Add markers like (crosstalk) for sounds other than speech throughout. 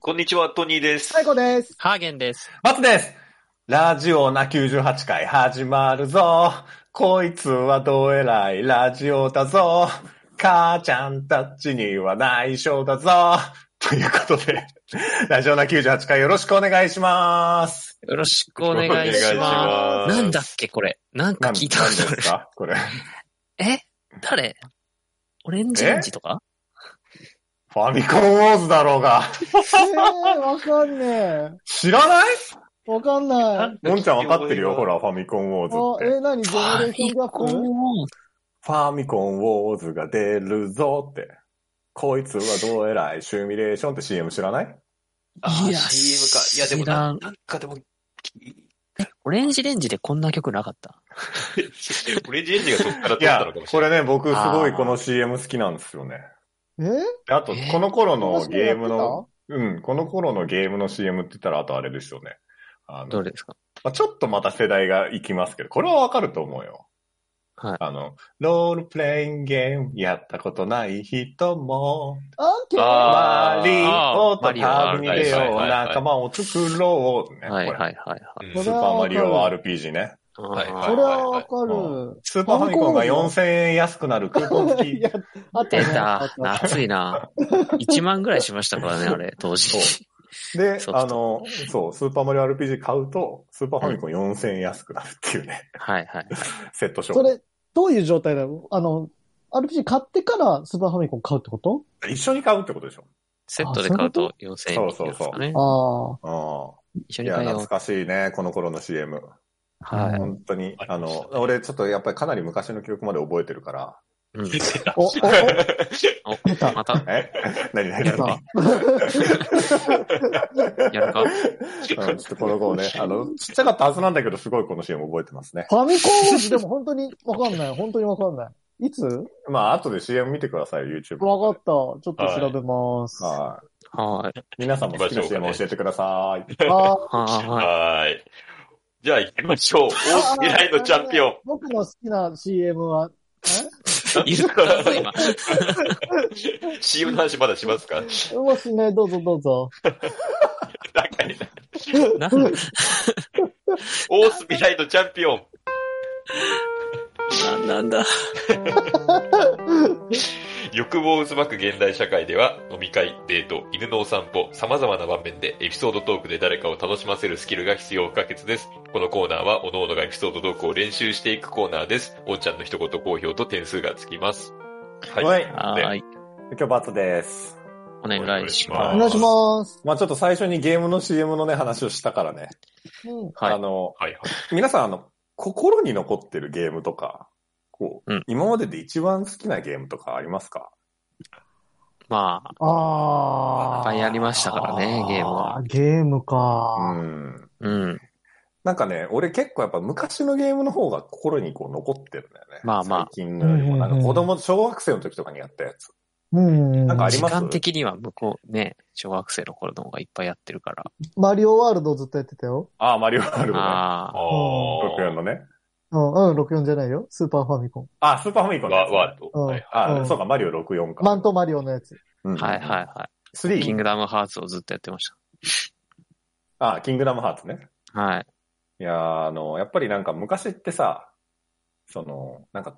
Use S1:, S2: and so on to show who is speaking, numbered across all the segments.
S1: こんにちは、トニーです。
S2: 最高です。
S3: (laughs) ハーゲンです。
S4: 松ですラジオな98回始まるぞこいつはどえらいラジオだぞ母ちゃんたちには内緒だぞということで、ラジオな98回よろしくお願いします。
S3: よろしくお願いし
S1: お
S3: ま
S1: 願いします
S3: す。なんだっけ、これ。なんか
S4: なん
S3: 聞いたこ
S4: なん
S3: とあ
S4: で
S3: る
S4: す。かこれ。
S3: え誰オレンジレンジとか
S4: ファミコンウォーズだろうが。
S2: えー、わかんねえ。
S4: 知らない
S2: わかんない。
S4: もんちゃんわかってるよ、ほ。ら、ファミコンウォー、
S2: あ
S4: ズ
S2: え
S4: って。
S2: ー、何ジェネレーションギャップ
S4: ファミコンウォーズが出るぞって。こいつはどえらいシュミュレーションって CM 知らない
S1: あー
S3: いや
S1: CM か。いや、でも
S3: 知ら
S1: な、
S3: ん
S1: なんかでも、
S3: オレンジレンジでこんな曲なかった。
S1: オレンジエンジがそっから撮っ
S4: い
S1: た
S4: や
S1: のかも、し
S4: こ
S1: れない。
S4: れね、僕すごい
S3: あー
S4: この CM 好きなんですよね。
S2: えー
S4: であと、
S3: えー
S4: この頃のゲームの、うん、この頃のゲームの CM って言ったら、あとあれですよね。あの
S3: どれですか
S4: まあ、ちょっとまた世代がいきますけど、これはわかると思うよ。
S3: はい
S4: あの、ロールプレイングゲームやったことない人も、
S2: あんけあ
S1: あ
S4: マリオと
S3: マリオ
S4: 旅に出よう、
S1: はいはいはいはい
S4: 仲間を作ろう、ね。
S3: はいはい
S4: これ
S3: はいはい。
S1: うん
S4: スーパーマリオ RPG ね。
S1: はい
S2: それはわかる。
S4: スーパーファミコンが4000円安くなるクーポン付 (laughs)
S2: い
S4: き。
S2: や、あった
S3: 出
S2: ね。あ (laughs)
S3: た
S2: っ。た
S3: 熱いな。1万ぐらいしましたからね、あれ、当時。
S4: そで
S3: ソ、フト
S4: あの、そう、スーパーマリオ RPG 買うと、スーパーファミコン4000円安くなるっていうね、 (laughs)
S3: はいはい。
S4: セット商
S2: そ
S4: 品。
S2: れ、どういう状態だろうあの、RPG 買ってからスーパーファミコン買うってこと
S4: 一緒に買うってことでしょ。
S3: セットで買うと4000円
S4: そう
S3: で
S4: そう
S3: す
S4: そう
S3: かね。
S2: あ
S4: う
S3: 一緒
S4: ん。い
S3: に
S4: や、
S3: 買えよ
S4: 懐かしいね、この頃の CM。
S3: う。はい。
S4: 本当に。
S1: うん
S4: あの、俺ちょっとやっぱりかなり昔の記憶まで覚えてるから。
S3: うん
S2: あ。お、お、お、
S3: お、また、
S4: え (laughs) 何何
S3: や
S4: 何
S3: るか。やるか
S4: うんちょっとこの子を (laughs) ね、あの、ちっちゃかったはずなんだけど、すごいこの CM 覚えてますね。
S2: ファミコンウォーズでも本当にわかんない。本当にわかんない。いつ
S4: まあ、後で CM 見てください、YouTube。
S2: わかった。ちょっと調べます。は
S4: はい。
S3: はい。
S4: 皆さんも好きな CM 教えてください。
S2: い。あー
S3: は
S1: はーい。じゃあ行きましょう。大好きライのチャンピオン。
S2: 僕の好きな CM は、
S3: い。言ったぞ、今。
S1: CM の話まだしますか
S2: えもうしない、どうぞどうぞ。
S1: だから
S3: なん
S1: 大好きライのチャンピオン。
S3: なんなんだ。
S1: 欲望を渦巻く現代社会では、飲み会、デート、犬のお散歩、様々な場面でエピソードトークで誰かを楽しませるスキルが必要不可欠です。このコーナーは、各々がエピソードトークを練習していくコーナーです。おんちゃんの一言好評と点数がつきます。はい。
S4: はい。
S3: は
S1: ね
S3: い。
S4: 今日バツです。
S3: お願いし
S2: お
S3: ま
S2: 願いします。
S4: まあちょっと最初にゲームの CM のね、話をしたからね。
S2: うん。
S3: す。は
S4: あ
S3: い。
S4: の、
S1: はいはい。
S4: 皆さん、あの、心に残ってるゲームとか、こう、
S3: うん
S4: 今までで一番好きなゲームとかありますか
S3: まあ、
S2: ああ。
S3: いっぱいありましたからねゲームは
S2: あ。ゲーム
S4: う
S2: か。
S4: ん。
S3: うん。
S4: なんかね、俺結構やっぱ昔のゲームの方が心にこう残ってるんだよね。
S3: まあまあ
S4: 最近のよりも、なん
S2: う
S4: か
S2: んうんうん
S4: 子供、小学生の時とかにやったやつ。
S2: うん。
S4: なんかあり
S3: 時
S4: ます
S3: 間的には向こうね、小学生の頃の方がいっぱいやってるから。
S2: マリオワールドずっとやってたよ。
S4: ああ、マリオワ (laughs) ールドね。
S1: あ
S3: ああ、
S4: 64のね。
S2: うん、うん、64じゃないよ。スーパーファミコン。
S4: あ、スーパーファミコンのや
S1: わ
S4: つ、
S1: ワールド。
S2: うん
S1: はいはい
S4: あ、
S2: うん
S4: そうか、マリオ64か。
S2: マントマリオのやつ。
S4: うん
S3: はいはいは
S4: 3
S3: い。キングダムハーツをずっとやってまし
S4: あ、キングダムハーツね。
S3: た。はい。
S4: いやー、あの、やっぱりなんか昔ってさ、その、なんか、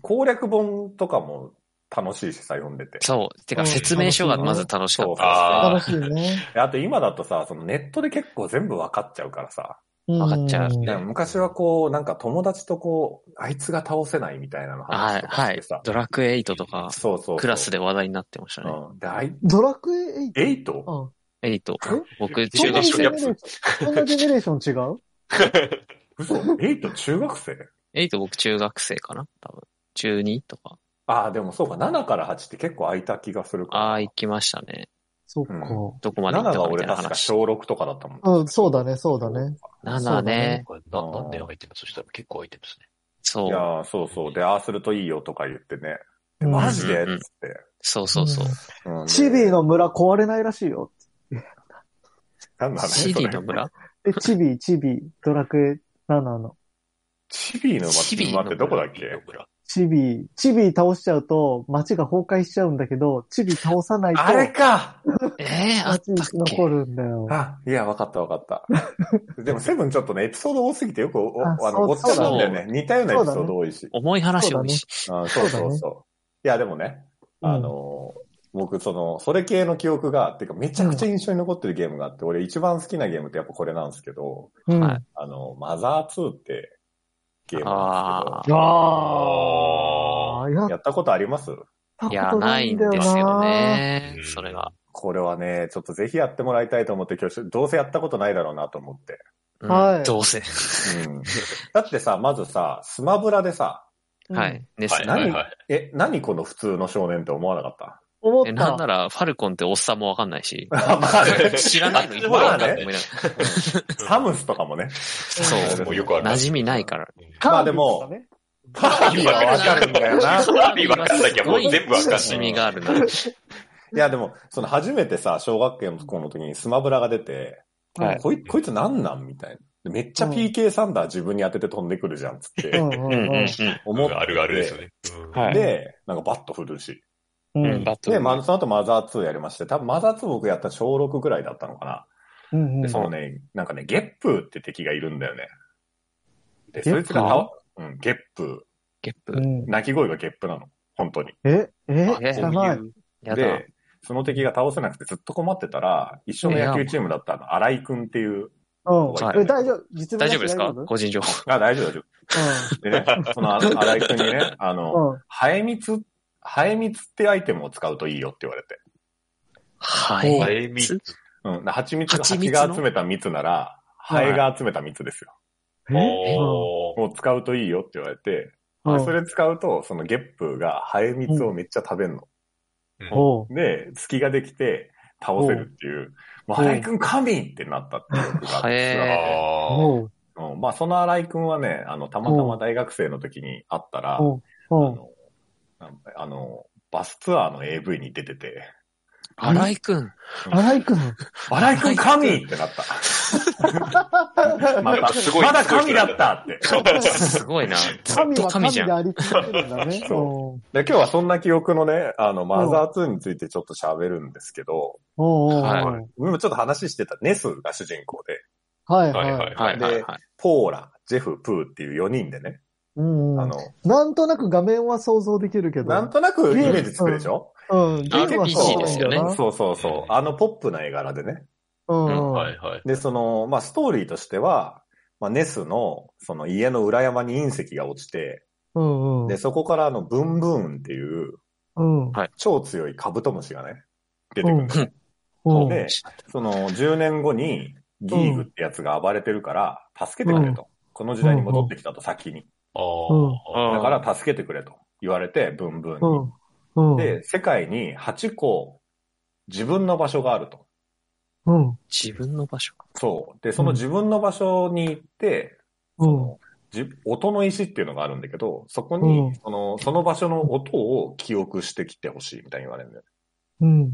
S4: 攻略本とかも楽しいしさ、読んでて。
S3: そう。て
S2: う
S3: か
S2: ん
S3: 説明書がまず楽しかっ
S4: そう
S1: あー
S2: 楽しいね。
S4: (laughs) あと今だとさ、そのネットで結構全部わかっちゃうからさ。
S2: うん
S3: わかっちゃう
S4: いや昔はこう、なんか友達とこう、あいつが倒せないみたいなの
S3: た。は
S4: 話
S3: い
S4: とか
S3: は
S4: して
S3: い
S4: さ。。
S3: ドラクエ8とか、
S4: そうそうそう
S3: クラス。で話題になってました
S4: う
S3: ね。
S4: ん。で、あい、
S2: ドラクエ 8?
S4: エイト
S2: うん。
S3: 8
S2: え。
S3: 僕、
S2: そ
S3: 中
S2: んな
S3: 学
S2: にジェ
S3: 生
S2: ネレ。ーション、そんなジェネレーション違う
S4: 嘘エイト中学生
S3: 8僕中学生かな多分。中2とか。
S4: ああ、でもそうか、7から8って結構空いた気がするから。
S3: ああ、行きましたね。
S2: そっか。
S3: どこまで
S4: 7が
S3: 行ったかみた
S4: 俺
S3: いな
S4: 確か
S3: 話。
S4: 小6とかだったもん。
S2: うん、そうだね、そうだね。
S3: 7ね。
S1: な何年空いてるそしたら結構空いてるんですね。
S3: そ。
S4: いうやーそうそう。で、ああするといいよとか言ってね。で
S2: うん
S4: マジで
S3: うん
S4: つって。
S3: そうそうそう。
S4: うんで
S2: チビの村壊れないらしいよ。
S4: 何の話
S3: シリーの
S4: それ
S3: 村
S2: え、チビ、チビ、ドラクエ7の。
S4: チビの
S3: チビ
S4: 町
S3: の村
S4: ってどこだっけ
S1: 村
S2: チビ、チビ倒しちゃうと街が崩壊しちゃうんだけど、チビ倒さないと
S4: あれか
S5: ええあっ
S2: 街
S5: たっけ
S2: 残るんだよ。
S4: あ、いや、わかったわかった。でも、セブンちょっとね、エピソード多すぎてよくお、お
S2: あ
S4: あ
S2: そ
S4: の、
S2: う
S4: ごっちゃなんだよね。似たようなエピソード多いし。
S5: 重い話多いし。
S4: うんそう
S2: そう
S4: そ
S2: だ
S4: う
S2: ね
S4: そう。いや、でもね、
S2: うん
S4: あの、僕、その、それ系の記憶が、っていうか、めちゃくちゃ印象に残ってるゲームがあって、俺一番好きなゲームってやっぱこれなんですけど、
S2: うん。
S5: はい
S4: あの、マザー2ってゲームなんです
S5: あ
S4: け
S5: あ。
S2: ああ、や
S4: ど、や
S2: っ
S4: ったことあります
S2: たこ
S5: いや、
S2: と
S5: な
S2: ない
S5: い
S2: ん
S5: ん
S2: だよ
S5: ですよ
S2: な。
S5: ね
S1: う。ん
S5: それが。
S4: これはね、ちょっとぜひやってもらいたいと思って、今日、どうせやったことないだろうなと思って。
S5: うん
S2: はい
S5: どうせ。
S4: うん、だってさ、まずさ、スマブラでさ、
S2: うん
S5: はい。。です
S1: はい
S5: ね。
S1: はいはい。
S4: え、何この普通の少年って思わなかった
S2: 思っ
S5: え
S2: た。
S5: なんなら、ファルコンっておっさんもわかんないし。
S4: まあね
S5: 知らないのいっぱいあるからと思いながら
S4: サムスとかもね。
S5: そう。
S1: もうよくある。
S5: 馴染みないから。
S2: カービィ
S4: まあでも
S2: とかね
S4: パービィはわかるんだよな。
S1: カービィわかんなきゃもう全部わかんな
S5: 馴
S1: い
S5: 染みがあるな。
S4: いや、でも、その初めてさ、小学校の頃の時にスマブラが出て、
S5: はい
S4: こいこいつなんなんみたいな。でめっちゃ
S2: うん
S4: PK サンダー自分に当てて飛んでくるじゃんっつって
S2: うんう
S5: うん
S2: ん
S5: うん
S4: 思って
S1: あるあるですよね。うん
S5: はい
S4: で、なんかバット振るし。
S2: うん。
S5: うん。バット
S4: で、まあ、その後マザー2やりまして、多分マザー2僕やったの小6ぐらいだったのか
S2: うんう
S4: な。
S2: ん
S4: で、そのね、なんかね、ゲップーって敵がいるんだよね。で、
S2: ゲッ
S4: そ
S2: プ
S4: い
S2: ー
S4: つが倒、うん、ゲップ
S5: ゲップ
S2: う。
S4: ー。
S2: ん
S4: 鳴き声がゲップなの。本当に。
S2: え、え、
S5: え
S2: 知らない。
S5: やだ。
S4: で、その敵が倒せなくてずっと困ってたら、一緒の野球チームだったあの、荒井くんっていう、
S2: うん。
S4: はい
S2: え、大丈夫実務
S5: 大
S2: な
S5: 丈
S2: し
S5: 夫ですか
S2: 大丈
S5: 個人情報。
S4: あ、大丈夫大丈夫。でね、そのあ荒井くんにね、あ
S2: う
S4: の、
S2: ん。うん。
S4: ハエミツ、ハエミツってアイテムを使うといいよって言われて。
S5: は
S2: お
S1: ハ
S5: い。
S1: エミツ。
S4: うん。で蜂蜜が
S5: 蜂
S4: 蜂
S5: 蜜の
S4: が集めた蜜なら、ハエが集めた蜜ですよ。
S2: え
S1: おー
S4: を使うといいよって言われて、
S2: うん
S4: それ使うと、そのゲップーがハエ蜜をめっちゃ食べるの。
S2: おう
S4: で、隙ができて倒せるっていう、もう
S2: うん
S4: 荒井くん神ってなったっていうのがあって
S5: へー
S1: あ
S2: おう
S4: うんまあ、その荒井くんはね、あの、たまたま大学生の時に会ったら、
S2: おうお
S4: あ
S2: う
S4: の、なんあの、バスツアーの AV に出てて、
S5: 荒井くん。
S2: 荒井くん。
S4: 荒井くん神ってなった。ま
S1: なん
S4: た、
S1: かすごい
S4: まだ神だったって。
S5: すごいな。ずっ
S2: 神
S5: と
S2: は
S5: 神
S2: 神
S5: じゃ
S2: で
S5: ん。
S2: あり続けるんだね。おう
S4: で今日はそんな記憶のね、あの、マザー2についてちょっと喋るんですけど、
S2: おうおうおう
S5: はい
S4: 今ちょっと話してたネスが主人公で、
S2: はい
S1: ーはいは
S2: はいい。
S1: は
S5: はいい。
S4: で
S5: はいはい。
S4: ポーラ、ジェフ、プーっていう4人でね、
S2: うんう
S4: あ
S2: ん
S4: の、
S2: なんとなく画面は想像できるけど。
S4: なんとなくイメージつくでしょ
S2: うん、ゲームはそう
S5: RPG ですよね
S2: なんだ
S4: そうそうそう。あのポップな絵柄でね。
S2: うん。
S1: はいはい。
S4: で、その、まあ、ストーリーとしては、まあ、ネスの、その家の裏山に隕石が落ちて、
S2: うんうん。
S4: で、そこからあの、ブンブーンっていう、
S2: うん。
S4: 超強いカブトムシがね、出てくるんだよね。
S2: うん。
S4: で、その10年後にギーグってやつが暴れてるから、助けてくれと。この時代に戻ってきたと先に。
S1: あ
S5: うん
S1: あ。
S4: だから助けてくれと言われて、ブンブ
S2: う
S4: ーン
S2: ん。うん。
S4: に。で、世界に8個自分の場所があると。
S2: うん。
S5: 自分の場所か。
S4: そう。で、その自分の場所に行って、
S2: う
S4: そ
S2: ん。
S4: のじ音の石っていうのがあるんだけど、そこ
S2: うん
S4: に、その、その場所の音を記憶してきてほしいみたいに言われるんだよ。
S2: うん。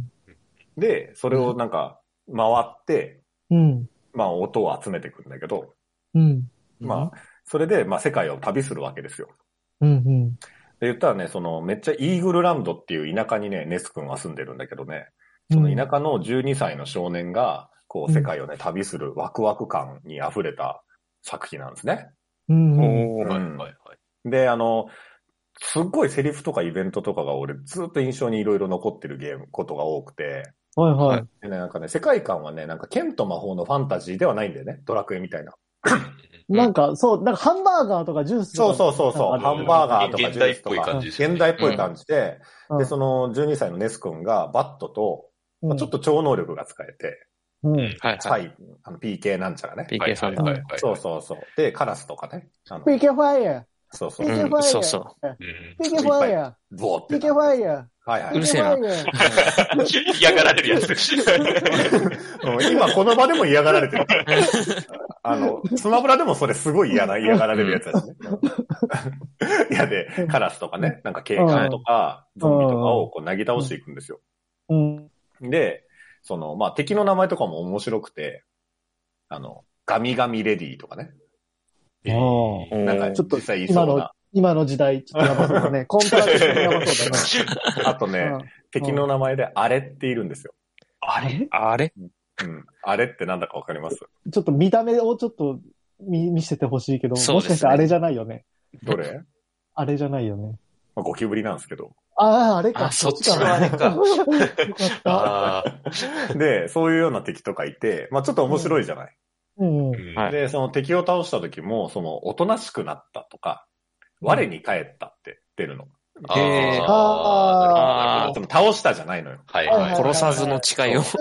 S4: で、それをなんか、回って、
S2: うん。
S4: まあ、音を集めていくんだけど、
S2: うん。
S4: まあ、それで、まあ、世界を旅するわけですよ。
S2: うん。
S4: で、言ったらね、その、めっちゃイーグルランドっていう田舎にね、ネス君は住んでるんだけどね、その田舎の12歳の少年が、こう、世界をね、旅するワクワク感に溢れた作品なんですね。
S2: うん。うん。
S1: おーはいはいはい。
S4: で、あの、すっごいセリフとかイベントとかが俺ずっと印象にいろいろ残ってるゲーム、ことが多くて、
S2: はいはい。
S4: でね、なんかね、世界観はね、なんか剣と魔法のファンタジーではないんだよね、ドラクエみたいな。
S2: なんか、そう、なんかハンバーガーとかジュースと
S4: そ
S2: か。
S4: うそうそうそう、ハンバーガーとか
S1: 現
S4: ジ
S1: 現
S4: ュ
S1: 代
S4: ー
S1: っ
S4: スと
S1: ぽい
S4: か
S1: 感じですよね
S4: 現代っぽい感じで、
S2: うん
S4: で、その12歳のネス君がバットと、
S2: う
S4: まあちょっと超能力が使えて、
S2: と。うん。
S5: はい
S4: サ
S5: はい。
S4: イ、あの PK なんちゃらね。
S1: はい
S5: PK さ
S1: はい
S5: ん。
S1: はいはい。
S4: そうそうそう。で、カラスとかね。あの
S2: PK ファイヤ
S4: そうそうう。
S2: PK
S5: ん、そうそう。
S1: うん
S2: ー !PK ファイヤ
S4: ボーっ
S2: ー
S4: て。
S2: !PK ファイヤ
S4: はいは
S2: ー
S4: い。
S5: うるせえな
S2: PK ファイヤー
S1: 嫌がられるやつ。
S4: うん今この場でも嫌がられてる。あの、スマブラでもそれすごい嫌な、嫌がられるやつだしね。 (laughs) いやで、カラスとかね、なんか警官とか、ゾンビとかをこう、なぎ倒していくんですよ。
S2: うん。
S4: で、その、まあ、敵の名前とかも面白くて、あの、ガミガミレディとかね。
S2: あ
S4: なんか、
S2: ち
S4: ちょ
S2: ょっ
S4: っと
S2: と
S4: 実際いそうな。
S2: 今の時代、ちょっとやばそうだね。コントラクトやばそうだね。
S4: あとね、
S2: うん
S4: 敵の名前であれっているんですよ。
S2: あれ
S5: あれ
S4: うん。あれってなんだかわかります
S2: ちょっと見た目をちょっと見見せてほしいけど、
S5: そう
S2: も
S5: ですね
S2: しかしてあれじゃないよね。
S4: ど
S3: (laughs)
S4: れ、
S2: あれじゃないよね。
S4: まあ、ゴキブリなんですけど。
S2: ああ、あれか。
S5: あそっち
S2: か
S5: の
S1: あれか
S2: よかった。
S1: (laughs) ああ、
S4: で、そういうような敵とかいて、まあちょっと面白いじゃない。
S2: うん
S1: う。ん
S3: はい
S4: で、その敵を倒した時も、その、おとなしくなったとか、我に返ったって出るの。
S1: あー
S3: へー
S1: なるほどなるほ
S4: で
S1: ど
S4: も倒したじゃないのよ。
S1: はい
S2: はい
S1: はい。
S3: 殺さずの誓いを。
S4: 優し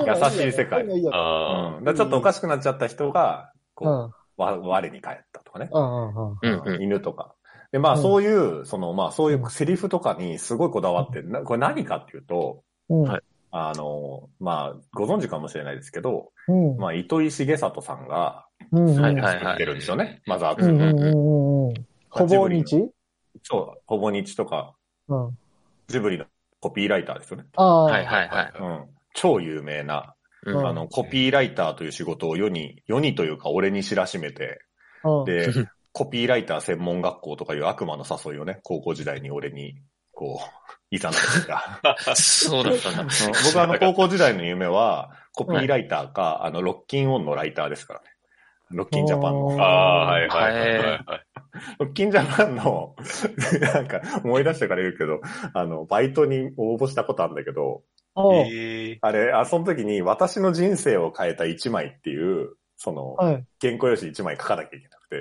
S4: い世界
S2: いいよ
S1: あ
S4: うん。でちょっとおかしくなっちゃった人が、
S2: う
S4: こ
S2: ん。
S4: う、わ我に返ったとかね。
S2: うんうんうん。
S3: うんうん。
S4: 犬とか。で、まあ
S2: うん
S4: そういう、その、まあそういうセリフとかにすごいこだわって、なこれ何かっていうと、
S2: うん。
S3: はい
S4: あの、まあご存知かもしれないですけど、
S2: うん。
S4: まあ糸井重里さんが
S2: うん。
S3: はいはい
S4: 作ってるんですよね。まずあ
S2: うんうんうんうん。ほぼ日
S4: そう、ほぼ日とか、
S2: うん。
S4: ジブリのコピーライターですよね。
S2: ああ。
S3: はいはいはい。
S4: うん。超有名な、
S3: うん
S4: あの、コピーライターという仕事を世に、世にというか俺に知らしめて、
S2: うん。 (laughs)
S4: で、コピーライター専門学校とかいう悪魔の誘いをね、高校時代に俺に、こう、い (laughs) ざな
S2: (laughs)
S4: った。
S3: そうだったんだ。
S4: 僕はあの、高校時代の夢は、コピーライターか、あの、ロッキンオンのライターですからね。ロッキンジャパン
S2: お
S4: の
S1: あ。。ああ、はいはいはいはいはい。
S4: ロッキンジャパンの、 (laughs) なんか、思い出してから言うけど、あの、バイトに応募したことあるんだけど、
S2: おう
S1: え
S4: あれ、あ、その時に私の人生を変えた一枚っていう、その、
S2: はい。
S4: 原稿用紙一枚書かなきゃいけなくて、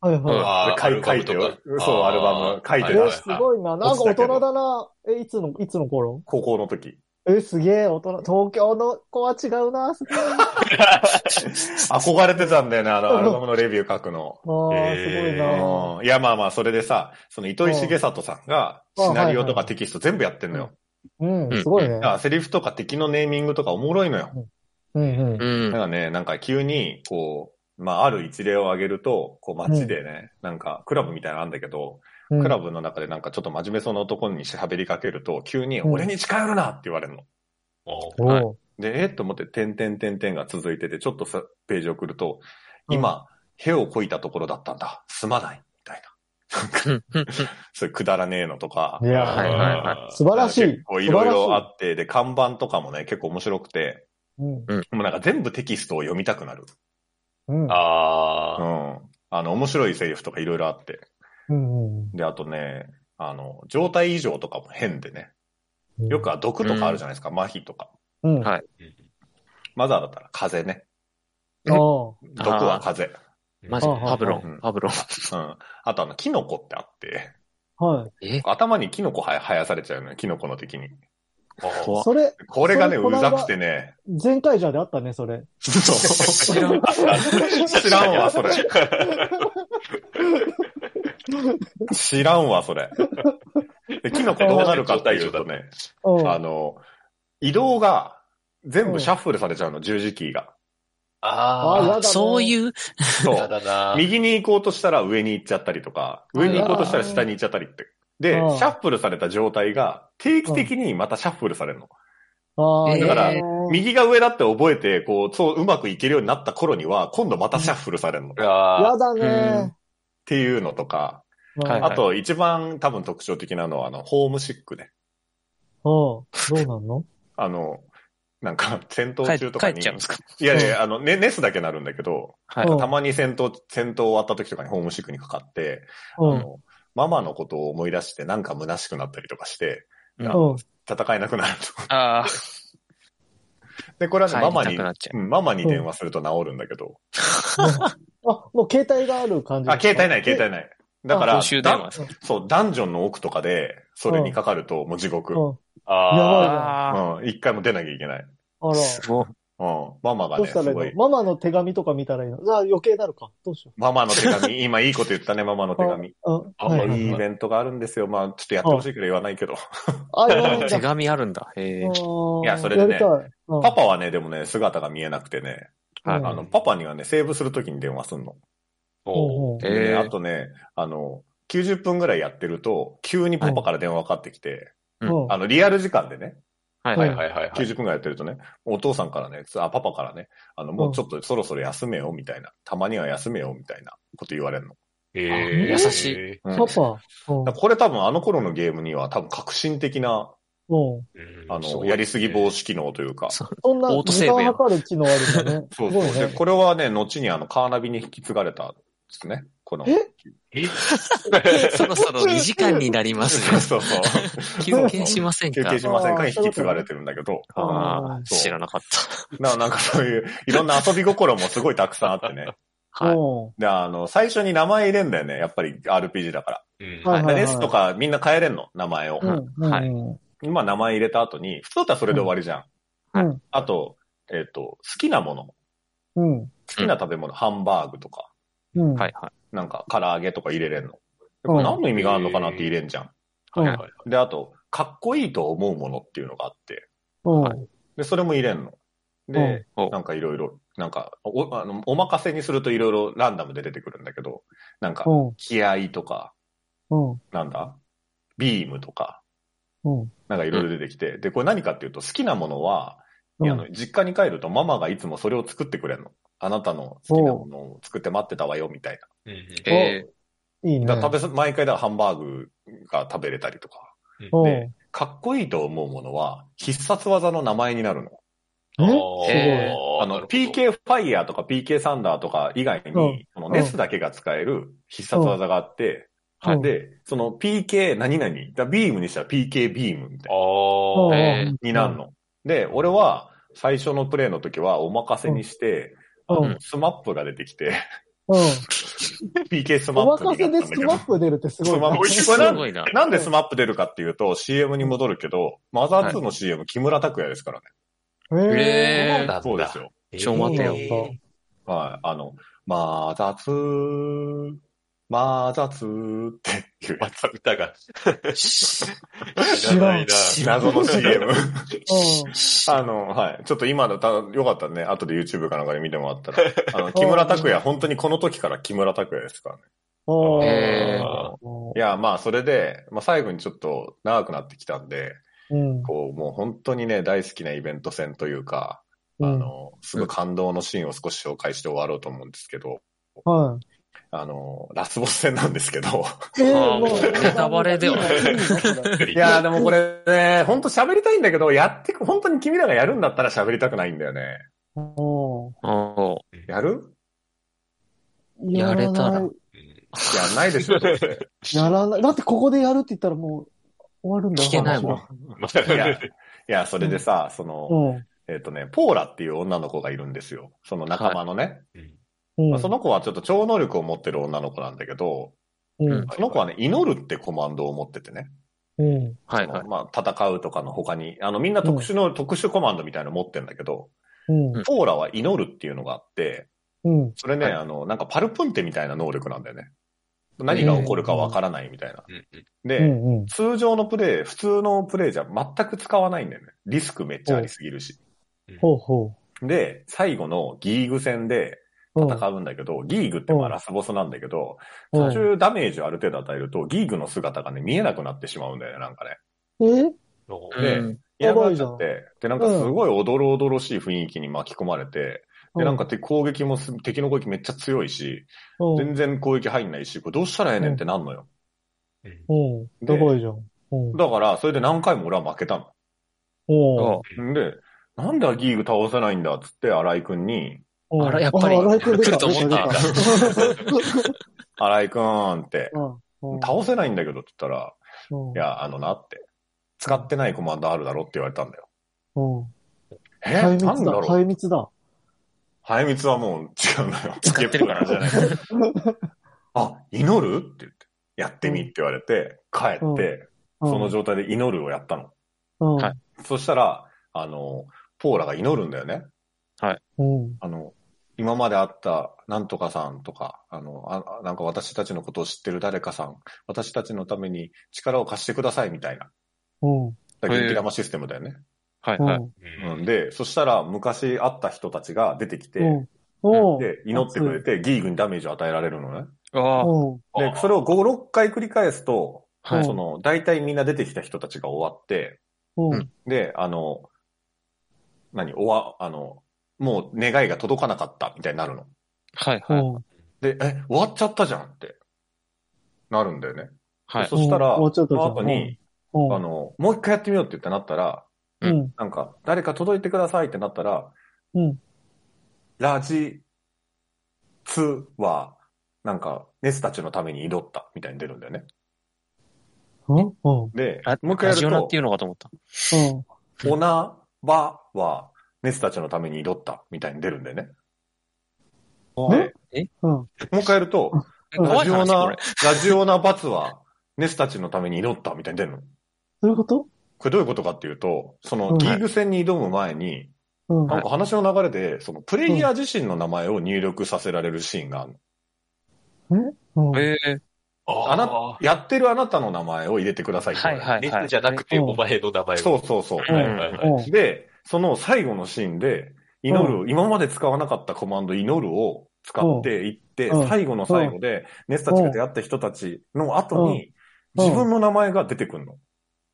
S2: はいはい。
S1: あ
S4: で
S1: ー
S4: 書い
S1: アルバ
S4: 書い
S1: ムとか
S4: てよそう
S1: あー
S4: アルバム書いて
S1: は
S2: え、
S1: は
S2: すごいな。なんか大人だな。え、いつの、いつの頃
S4: 高校の時。
S2: え、すげえ、大人。東京の子は違うな。すごい。あ
S4: 憧れてたんだよね、あの、アルバムのレビュー書くの。
S2: あ、すごい
S1: うん
S2: な。
S4: うんいや、まあまあ、それでさ、その糸井重里さんが、
S2: うん
S4: シナリオと
S2: あはいは
S4: か
S2: い
S4: テキスト全部やってんのよ。
S2: うん、すごいね
S4: だか。らセリフとか敵のネーミングとかおもろいのよ。
S2: うんうん。
S3: (laughs) うん
S4: だか。らね、なんか急に、こう、まあ、ある一例を挙げると、こう街でね、なんかクラブみたいなのあるんだけど、
S2: うん
S4: クラブの中でなんかちょっと真面目そうな男に喋りかけると、急に、
S2: うん
S4: 俺に近寄るなって言われるの。
S1: ー。
S2: おう
S4: で、えーっと思って、点々点々が続いてて、ちょっとさページを送ると、
S2: うん
S4: 今、へをこいたところだったんだ。すまない。みたいな。なんか、そういうくだらねえのとか。
S2: いやー
S3: はいはいはい
S1: い
S2: 素晴らしい
S4: 結。構い
S2: 素
S4: ろい
S2: 晴らし
S4: ろあって、で、看板とかもね、結構面白くて、
S2: うん。
S4: もうなんか全部テキストを読みたくなる。
S2: うん。
S4: う
S1: あ
S4: ん。あの、面白いセリフとかいろいろあって。
S2: うんうん
S4: で、あとね、あの、状態異常とかも変でね。
S2: うん。
S4: よくは毒とかあるじゃないですか。麻痺とか。
S2: うん。
S3: はい
S4: マザーだったら風邪ね。
S2: ああ。
S4: 毒は風邪。
S3: マジでパブロン、パブロン。
S4: うん。あとあの、キノコってあって、
S2: はい。
S3: え
S4: 頭にキノコは生やされちゃうのよ、キノコの敵に。
S1: ー。
S3: 怖っ
S2: それ、
S4: これがね、
S2: それこ
S4: う
S2: の間
S4: ざくてね。
S2: 前回じゃであったね、それ。
S4: 知
S3: らん
S4: (laughs) 知らんわ、 (laughs) それ。知らんわ、それ。でキノコどうなるかっていうとね、
S2: うん。
S4: あの、移動が全部シャッフルされちゃうの、十字キーが。
S2: あや
S1: あ
S2: だね
S3: そういう、
S1: あ、
S4: そ
S1: や
S4: う。
S1: だな。
S4: 右に行こうとしたら上に行っちゃったりとか、上に行こうとしたら下に行っちゃったりって。で、シ
S2: あー
S4: ャッフルされた状態が定期的にまたシャッフルされるの。
S2: ああ、
S3: だから
S2: えー
S4: 右が上だって覚えて、こう、そう、うまくいけるようになった頃には、今度またシャッフルされるの。っ
S1: あ
S2: やだね。
S4: ていうのとか、
S2: うん
S3: はい
S4: あと一番多分特徴的なのは、あの、ホームシックね。
S2: うん。どうなんの
S4: あの、なんか、戦闘
S3: 帰
S4: 中と
S3: 帰
S4: か
S3: っ
S4: に。
S3: ちゃうんですか
S4: いやいや、あの、ね、ネスだけなるんだけど、
S3: はい。
S2: うん
S4: たまに戦闘、戦闘終わった時とかにホームシックにかかって、
S2: う
S4: あ
S2: ん。
S4: の、ママのことを思い出してなんか虚しくなったりとかして、
S3: うん
S4: あ
S2: う
S4: の
S2: ん。
S4: 戦えなくなると。
S3: ああ、
S4: で、これはね、ママ
S3: 帰り
S4: に、
S3: たくなっちゃ
S4: うんママに電話すると治るんだけど、
S2: あ、もう携帯がある感じ。
S4: あ、携帯ない、携帯ない。だから、
S3: 公衆電話ですか
S4: そう、ダンジョンの奥とかで、それにかかると、もう地獄。う
S2: うん。
S1: あ。ああ。
S3: あ
S4: ん。一回も出なきゃいけない。
S2: あら。
S3: あ、すご
S4: う
S3: い。
S4: ん。ママが
S2: ど
S4: ね、
S2: うし
S4: す
S2: たらいい
S4: ごい
S2: の。ママの手紙とか見たらいいのじゃあ余計なるか。どうしよ
S4: ママの手紙、 (laughs) 今いいこと言ったね、ママの手紙。
S2: う。うん。
S1: あ
S2: はい
S1: んま
S2: はい
S1: り
S4: いいイベントがあるんですよ。まあ、ちょっとやってほしいけど言わないけど。
S2: あ、言われた
S3: 手。紙あるんだ。へえ。
S4: い
S2: い
S4: やそれでね
S2: やりたい。うん
S4: パパはね、でもね、姿が見えなくてね、
S3: はい
S4: あの、パパにはね、セーブするときに電話すんの。
S1: お
S2: うんう
S1: う
S2: ん
S3: え
S4: でね
S3: ー
S4: あとね、あの、90分ぐらいやってると、急にパパから電話かかってきて、
S2: うん
S4: あの、リアル時間でね、
S3: はい
S1: は
S3: はいい。
S1: はいはいはい。
S4: 90分ぐらいやってるとね、お父さんからね、あ、パパからね、あの、もうちょっとそろそろ休めよ、みたいな。たまには休めよ、みたいなこと言われるの。
S1: えー、
S2: 優
S3: し
S1: い。
S4: うん
S2: パパ。うん
S4: だからこれ多分あの頃のゲームには多分革新的な、
S2: うん。
S4: あ
S1: そう
S4: の、やりすぎ防止機能というか。
S3: そう
S2: そんな、
S3: オート
S2: 時
S3: セーブ
S2: 間
S3: や
S2: 測る機能あるんだね。
S4: (laughs)
S2: す
S4: そ
S2: ご
S4: う
S2: い
S4: そう。で、
S2: ね。
S4: これはね、後にあの、カーナビに引き継がれたんですね。この。
S2: え
S1: え
S3: そろそろ2時間になります
S4: そう
S3: ね。
S4: そう (laughs) そう。
S3: 休憩しません
S4: 休
S3: か
S4: 憩しません
S2: あ
S4: か
S2: ー
S4: に引き継がれてるんだけど。
S3: ああ、
S4: そう
S3: 知らなかった。
S4: ななんかそういう、いろんな遊び心もすごいたくさんあって
S2: (laughs)
S4: ね。
S3: はい。
S4: で、あの、最初に名前入れんだよね。やっぱり RPG だから。
S1: うん
S2: はいはい
S4: でですとかみんな変えれんの名前を。
S2: うん。うん。うん。
S3: はい
S2: うん
S4: 今名前入れた後に、普通だったらそれで終わりじゃん。
S2: うん
S3: は
S4: あと、えっ、と、好きなもの。好
S2: うん。
S4: きな食べ物、ハンバーグとか、
S2: うん。
S3: はい、はい。
S4: なんか唐揚げとか入れれんの。で
S2: うん
S4: これ何の意味があるのかなって入れんじゃん。
S2: うん
S1: はいはい
S4: で、あと、かっこいいと思うものっていうのがあって、
S2: うん。
S3: はい
S4: で、それも入れんの。で、
S3: お
S4: なんかいろいろ、なんか、お、あの、お任せにするといろいろランダムで出てくるんだけど、なんか
S2: う、ん。
S4: 気合とか、
S2: うん。
S4: なんだビームとか、
S2: うん。
S4: なんかいろいろ出てきて、で、これ何かっていうと、好きなものは、
S2: うん
S4: あの、実家に帰るとママがいつもそれを作ってくれるの。あなたの好きなものを作って待ってたわよ、みたい
S1: うん
S3: ええ
S2: いいね。
S4: な。だから食べさ、毎回だからハンバーグが食べれたりとか。
S1: うん
S2: うん
S4: でかっこいいと思うものは、必殺技の名前になるの。
S1: あ
S2: え
S1: ー
S4: あの、
S1: なるほど
S4: PK ファイヤーとか PK サンダーとか以外に、
S2: うん
S4: そのネスだけが使える必殺技があって、
S2: うん
S4: はいで、その PK 何々、だビームにしたら PK ビームみたいな、
S1: ああ、
S3: え
S4: になるの。で、俺は最初のプレイの時はお任せにして、
S2: うん
S4: あのスマップが出てきて、 (laughs)
S2: うん。
S4: PK スマ
S2: お
S4: ップに
S2: 任
S4: な
S2: せ
S4: ったん
S2: で
S4: だけど
S2: スマ。ップ出るってすごい
S4: スマ
S2: な。
S4: ップ
S3: すごいな。
S4: なんでスマップ出るかっていうと、CM に戻るけど、マザー2の CM、木村拓哉ですからね。
S2: へ
S3: え
S1: そうなんだ。
S4: そうですよ。
S3: ちょ待てよ
S4: はい。あの、マザツー、マザツーっていう
S1: また歌が。
S3: えし
S1: 知らないな。
S4: 謎 (laughs) の CM。
S2: ー
S4: あの、はい。ちょっと今のた、よかったらね。後で YouTube かなんかで見てもらったら。あの、木村拓哉、本当にこの時から木村拓哉ですからね。
S2: うん。
S3: え
S1: ー
S2: うん
S4: いや、まあ、それで、まあ、最後にちょっと長くなってきたんで、
S2: うん。
S4: こう、もう本当にね、大好きなイベント戦というか、あ
S2: うん。
S4: の、すごい感動のシーンを少し紹介して終わろうと思うんですけど、
S2: は
S4: あの、ラスボス戦なんですけど、
S2: い。え
S3: あー
S2: もう
S3: ネタバレではい
S2: いのこれ
S4: いやーでもこれね、本当喋りたいんだけど、やってく、本当に君らがやるんだったら喋りたくないんだよね。
S2: お
S3: (laughs) お
S4: やる
S2: ー
S3: やれたら
S2: やない
S4: や、ないでしょ、どうせ。
S2: やらない。だってここでやるって言ったらもう終わるんだよ
S3: 聞けないもん。
S1: また
S4: いや、いや、それでさ、その、
S2: ん。
S4: えっ、とね、ポーラっていう女の子がいるんですよ。その仲間のね。
S2: うん。
S4: まあその子はちょっと超能力を持ってる女の子なんだけど、
S2: うん。
S4: その子はね、祈るってコマンドを持っててね。
S2: うん。
S3: はいはい。
S4: まあ、戦うとかの他に、あの、みんな特殊の、特殊コマンドみたいなの持ってんだけど、
S2: うん。
S4: ポーラは祈るっていうのがあって、
S2: うん。
S4: それね、
S3: はい
S4: あの、なんかパルプンテみたいな能力なんだよね。何が起こるかわからないみたいな。で、
S2: うん。
S4: 通常のプレイ、普通のプレイじゃ全く使わないんだよね。リスクめっちゃありすぎるし。
S2: ほうほ
S4: で、最後のギーグ戦で
S2: う。うん。
S4: 戦うんだけど、ギーグってまあ
S2: うん
S4: ラスボスなんだけど、
S2: う
S4: 途
S2: ん
S4: 中ダメージをある程度与えると、ギーグの姿がね、見えなくなってしまうんだよね、なんかね。
S2: え
S3: う
S4: で
S3: ん
S4: いな
S2: や
S4: くな
S2: ば
S4: っ
S2: い
S4: ち
S2: じゃ
S4: ゃっ
S2: ん
S4: て、で、なんかすごいおどろおどろしい雰囲気に巻き込まれて、で、なんか、て攻撃もす敵の攻撃めっちゃ強いし、
S2: うん。
S4: 全然攻撃入んないし、これどうしたらええねんってなんのよ。
S2: うん。やばいじゃん。うん。
S4: だから、それで何回も俺は負けた
S2: お
S3: お
S4: の。んで、なんでギーグ倒せないんだっつって、荒井くんに、
S3: あらやっぱり
S2: あ、荒井くん出
S3: 来
S2: た。
S3: ると思った
S4: (laughs) 荒井くんって、倒せないんだけどって言ったら、
S2: うん。
S4: いや、あのなって、使ってないコマンドあるだろって言われたんだよ。
S2: うん。
S4: え
S2: 壊
S4: なんだ
S2: 滅だ。
S4: ろう
S2: 壊滅だ。
S4: ハイミツはもう違うのよ。
S3: 使ってるから
S4: ゲップからじゃない。あ、祈るって言って、やってみって言われて、帰って、
S2: うん
S4: その状態で祈るをやったの。
S2: うん。
S3: はい
S4: そしたら、あの、ポーラが祈るんだよね。
S2: うん。
S4: あの、今まであったなんとかさんとか、あの、ああなんか私たちのことを知ってる誰かさん、私たちのために力を貸してくださいみたいな。
S2: うん。
S4: だから元気玉システムだよね。
S3: はい
S2: うん。
S3: はい。
S4: うん、で、そしたら昔会った人たちが出てきて、
S2: うん。うん。
S4: で、祈ってくれて、ギーグにダメージを与えられるのね。
S3: ああ、
S2: うん。
S4: で、それを5、6回繰り返すと、
S3: はい
S4: その、大体みんな出てきた人たちが終わって、
S2: うん。
S4: で、あの、何、終わ、あの、もう願いが届かなかったみたいになるの。
S3: はいは
S2: う
S3: い。
S2: ん。
S4: で、え、終わっちゃったじゃんって。なるんだよね。
S3: はい。
S4: そしたら、
S2: うんもうちょっと
S4: そ
S2: じゃ
S4: の
S2: ん
S4: 後に、
S2: うん
S4: あの、もう一回やってみようって言ってなったら、
S2: うん。
S4: なんか、誰か届いてくださいってなったら、
S2: うん。
S4: ラジ、ツは、なんか、ネスたちのために祈ったみたいに出るんだよね。
S2: うん。うん。
S4: で
S3: ラ、
S4: もう一回
S3: ラ
S4: や
S3: ジオ
S4: る
S3: ナっ
S4: と
S3: てい、うのかと思った。う
S4: オナバは、ネスたちのために祈ったみたいに出るんだよね。で、
S2: うん。
S4: もう一回やると、
S2: うん
S3: (laughs) 怖
S4: ラ
S3: い
S4: ジオ
S3: 話
S4: ナ、
S3: これ
S4: ラ。ジオナ罰は、ネスたちのために祈ったみたいに出るの。
S2: どういうこと
S4: これどういうことかっていうと、その、
S2: うん
S4: リーグ戦に挑む前に、
S2: うん。
S4: なんか話の流れで、その、プレイヤー自身の名前を入力させられるシーンがあるの。
S2: うん。
S3: ええ
S4: あな、やってるあなたの名前を入れてくださいって言われる。
S3: はい
S1: ネスじゃなくて、
S2: うん
S1: お前の名前を。
S4: そうそうそう。
S2: ん
S1: はいはいはい。
S2: うん
S4: で、その最後のシーンで、祈る、今まで使わなかったコマンド祈るを使っていって、
S2: うん
S4: 最後の最後で、ネスたちが出会った人たちの後に、
S2: うん
S4: 自分の名前が出てくるの。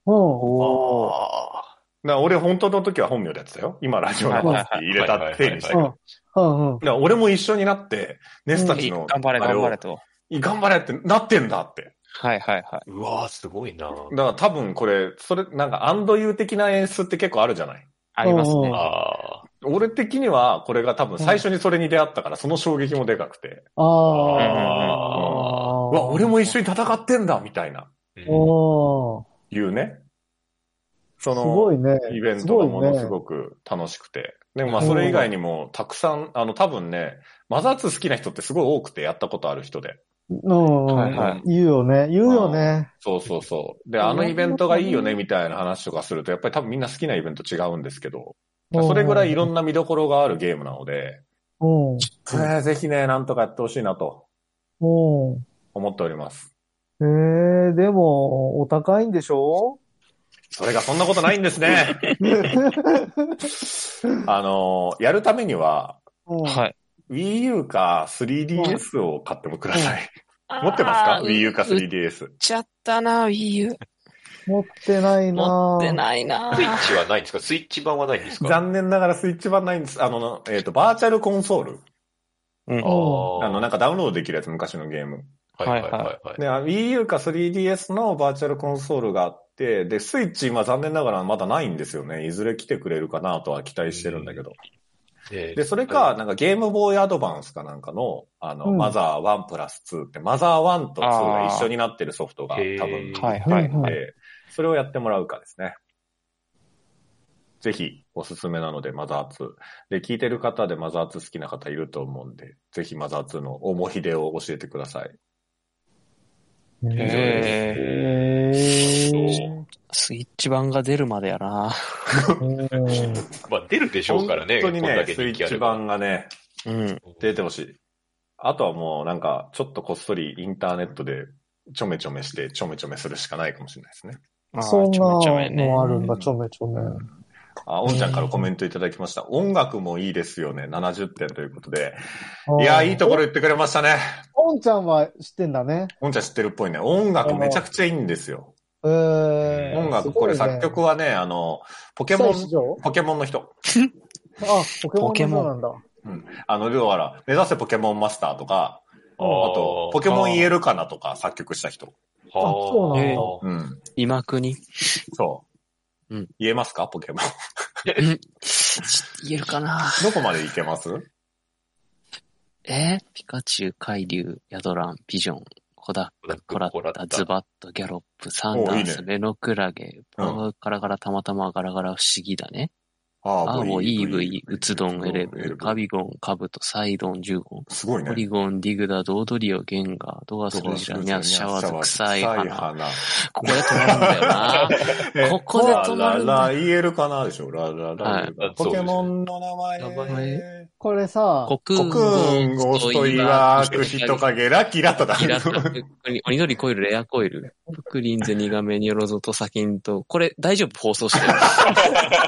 S4: だか
S2: うん。
S4: ら俺本当の時は本名でやってたよ。今ラジオの話入れたせいにしたけど。
S2: うん。うん。うん。
S4: だから俺も一緒になって、ネスた
S3: いい
S4: ちの、
S3: 頑張れ、
S4: あ
S3: 頑
S4: を
S3: 張れと。
S4: 頑張れってなってんだって。
S3: はいはいは
S1: うわー、すごいな
S4: だから多分これ、それ、なんか、アンドユー的な演出って結構あるじゃない
S3: い。あります
S2: うん
S3: ね。
S1: あ
S4: 俺的には、これが多分最初にそれに出会ったから、その衝撃もでかくて。
S1: ー
S2: ああ。
S1: あ
S4: うわ、俺も一緒に戦ってんだみたいな、
S1: ー。うん
S2: おー。
S4: いうね。そ
S2: すご
S4: の、
S2: いね。
S4: イベントがものす
S2: いね。
S4: ごく楽しくて。でもまあ、それ以外にも、たくさん、あの、多分ね、マザー2好きな人ってすごい多くて、やったことある人で。
S2: うん。
S3: はいはい
S2: 言うよね。言うよね。
S4: そうそうそう。で、あのイベントがいいよね、みたいな話とかすると、やっぱり多分みんな好きなイベント違うんですけど、それぐらいいろんな見どころがあるゲームなので、
S2: うん。
S4: えーぜひね、なんとかやってほしいなと
S2: うん。
S4: 思っております。
S2: ええ、でも、お高いんでしょ
S4: それがそんなことないんですね。あの、やるためには、
S2: は。
S3: はいい。
S4: Wii U か 3DS を買ってもください。持ってますか
S5: あー
S4: ?Wii U か
S5: 売っ
S4: 3DS。
S5: ちゃったな、Wii U。
S2: 持ってないな
S5: 持って
S2: い。
S5: ないな。
S1: スイッチはないんですかスイッチ版はないんですか
S4: 残念ながらスイッチ版ないんです。あの、えっ、と、バーチャルコンソール。
S3: うん
S1: あ。ー
S4: あの、なんかダウンロードできるやつ、昔のゲーム。
S1: はいはいはいはい。
S4: で、あ Wii U か 3DS のバーチャルコンソールがあって、で、スイッチ今残念ながらまだないんですよね。いずれ来てくれるかなとは期待してるんだけど。
S1: で
S4: で、それか、、なんかゲームボーイアドバンスかなんかの、あの、
S2: うん
S4: マザー1プラス2って、マザー1と2が一緒になってるソフトが
S1: あー
S4: 多分
S1: へー
S3: はいはい
S2: うんうん
S3: はい。
S4: で、それをやってもらうかですね。ぜひ、おすすめなので、マザー2。で、聞いてる方でマザー2好きな方いると思うんで、ぜひマザー2の重ひでを教えてください。
S3: へえ。
S2: え
S1: そう
S3: スイッチ版が出るまでやな。
S1: まあ出るでしょうからね、
S4: 本当に
S1: こんだ
S4: ね、
S1: け
S4: スイ
S1: 人気
S4: ッ
S1: あ
S4: チ
S1: れば。
S4: 版がね、
S3: うん。
S4: 出てほしい。あとはもう、なんか、ちょっとこっそりインターネットで、ちょめちょめして、ちょめちょめするしかないかもしれないですね。
S3: まあ
S2: そんな
S3: ちょめちょめね
S2: のあるんだ、ちょめちょめ。
S4: あ、おんちゃんからコメントいただきました。音楽もいいですよね。70点ということで。いや、いいところ言ってくれましたね。
S2: おんちゃんは知ってんだね。
S4: おんちゃん知ってるっぽいね。音楽めちゃくちゃいいんですよ。
S2: えー、
S4: 音楽、これ作曲はね、あの、ポケ
S2: ポケ
S4: モ
S2: モン。
S4: ン、ポケモンの人。
S2: あ、ポケモンの人なんだ。
S4: あの、要は、目指せポケモンマスターとか、あ
S1: あー
S4: と、ポケモン言えるかなとか作曲した人。
S1: あー
S2: あそうなん
S3: だ
S1: え
S4: うん。
S3: 今国。
S4: そう。
S3: うん
S4: 言えますかポ
S3: (laughs)
S4: ケモン。
S3: 言えるかな
S4: どこまでいけます
S3: えーピカチュウ、カイリュウ、ヤドラン、ビジョン、コダック、コラ
S1: コラ
S3: ッ
S1: ッ
S3: タ、
S1: タ
S3: ズバット、ギャロップ、サンダース、レノクラゲ、
S4: うん
S3: バーガラガラ、たまたまガラガラ、不思議だね。
S4: あ
S3: アーボ、イーブ
S4: V
S3: イ、ウツドン、エレブ、カビゴン、カブト、サイドン、ジュゴン、
S4: すごい
S3: ポ
S4: ね。
S3: リゴン、ディグダ、ドードリオ、ゲンガー、ドアス、ロジラ、ニャス、シャワーズ、臭い花。
S4: 花。
S3: ここで止まるんだよなここで止まるんだ (laughs)
S4: ラララ言えるかなでしょラララ
S3: は
S1: はい
S4: ポケモンの名前。
S1: 名
S3: 前
S2: これさ、
S3: 国
S4: コクーン、ゴーストイワーク、ヒトカゲ、ラキラとだ。
S3: キラッオニドリコイル、レアコイル、プクリンゼ、ニガメ、ニョロゾ、トサキンと、これ大丈夫放送してる。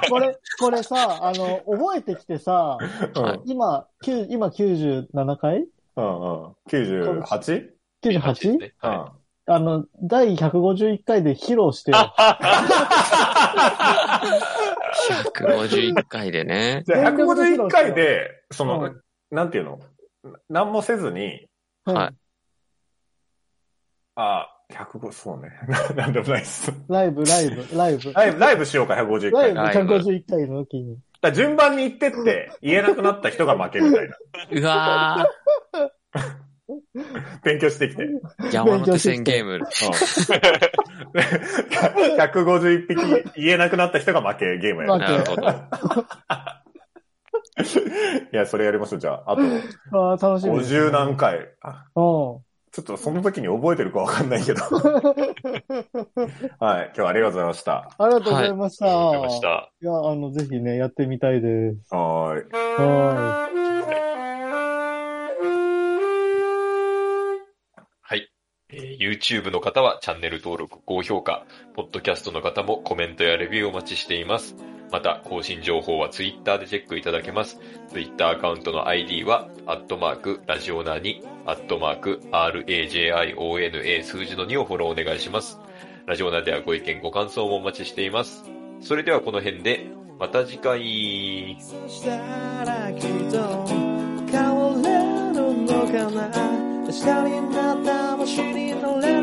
S2: これ、これさ、あの、覚えてきてさ、
S4: うん
S2: 今、きゅう今97回
S4: うんうん。98?
S1: です
S2: 98?
S1: ね
S4: う
S1: はい
S4: ん。
S2: あの、第151回で披露してよ。
S3: 151回でね。
S4: じゃあ151回で、その、
S2: う
S4: なんていうの何もせずに、
S3: はい
S4: あ、105、そうね。 (laughs) なんでもないっす。
S2: ライブ、ライブ、ライブ。
S4: ライブ、ライブしようか、151
S2: ライ
S4: 回。
S2: ブ
S4: だか
S2: 151回の時に。
S4: ら順番に言ってって、言えなくなった人が負けみたいな。
S3: うわ
S4: 勉強してきて。うん
S3: ー山手線ゲーム。
S4: 151匹言えなくなった人が負けゲームや
S2: 負
S4: る
S2: け
S3: なるほど。
S4: いや、それやりましょう、じゃあ。あと、
S2: ああ、楽しみですね。
S4: 50何回。あ
S2: うん。
S4: ちょっとその時に覚えてるかわかんないけど。はい、今日はありがとうございました。
S2: ありがとうございました。
S1: ありがとうございました。
S2: いや、あの、ぜひね、やってみたいです。
S4: はーい。
S2: は
S1: はい。えー YouTube の方はチャンネル登録、高評価、Podcast の方もコメントやレビューをお待ちしています。また、更新情報は Twitter でチェックいただけます。Twitter アカウントの ID は、アットマーク、ラジオナーに、アットマーク、RAJIONA 数字の2をフォローお願いします。ラジオナーではご意見、ご感想もお待ちしています。それではこの辺で、また次回。
S6: そしたらきっと変われるのかな明日になった星になれ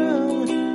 S6: る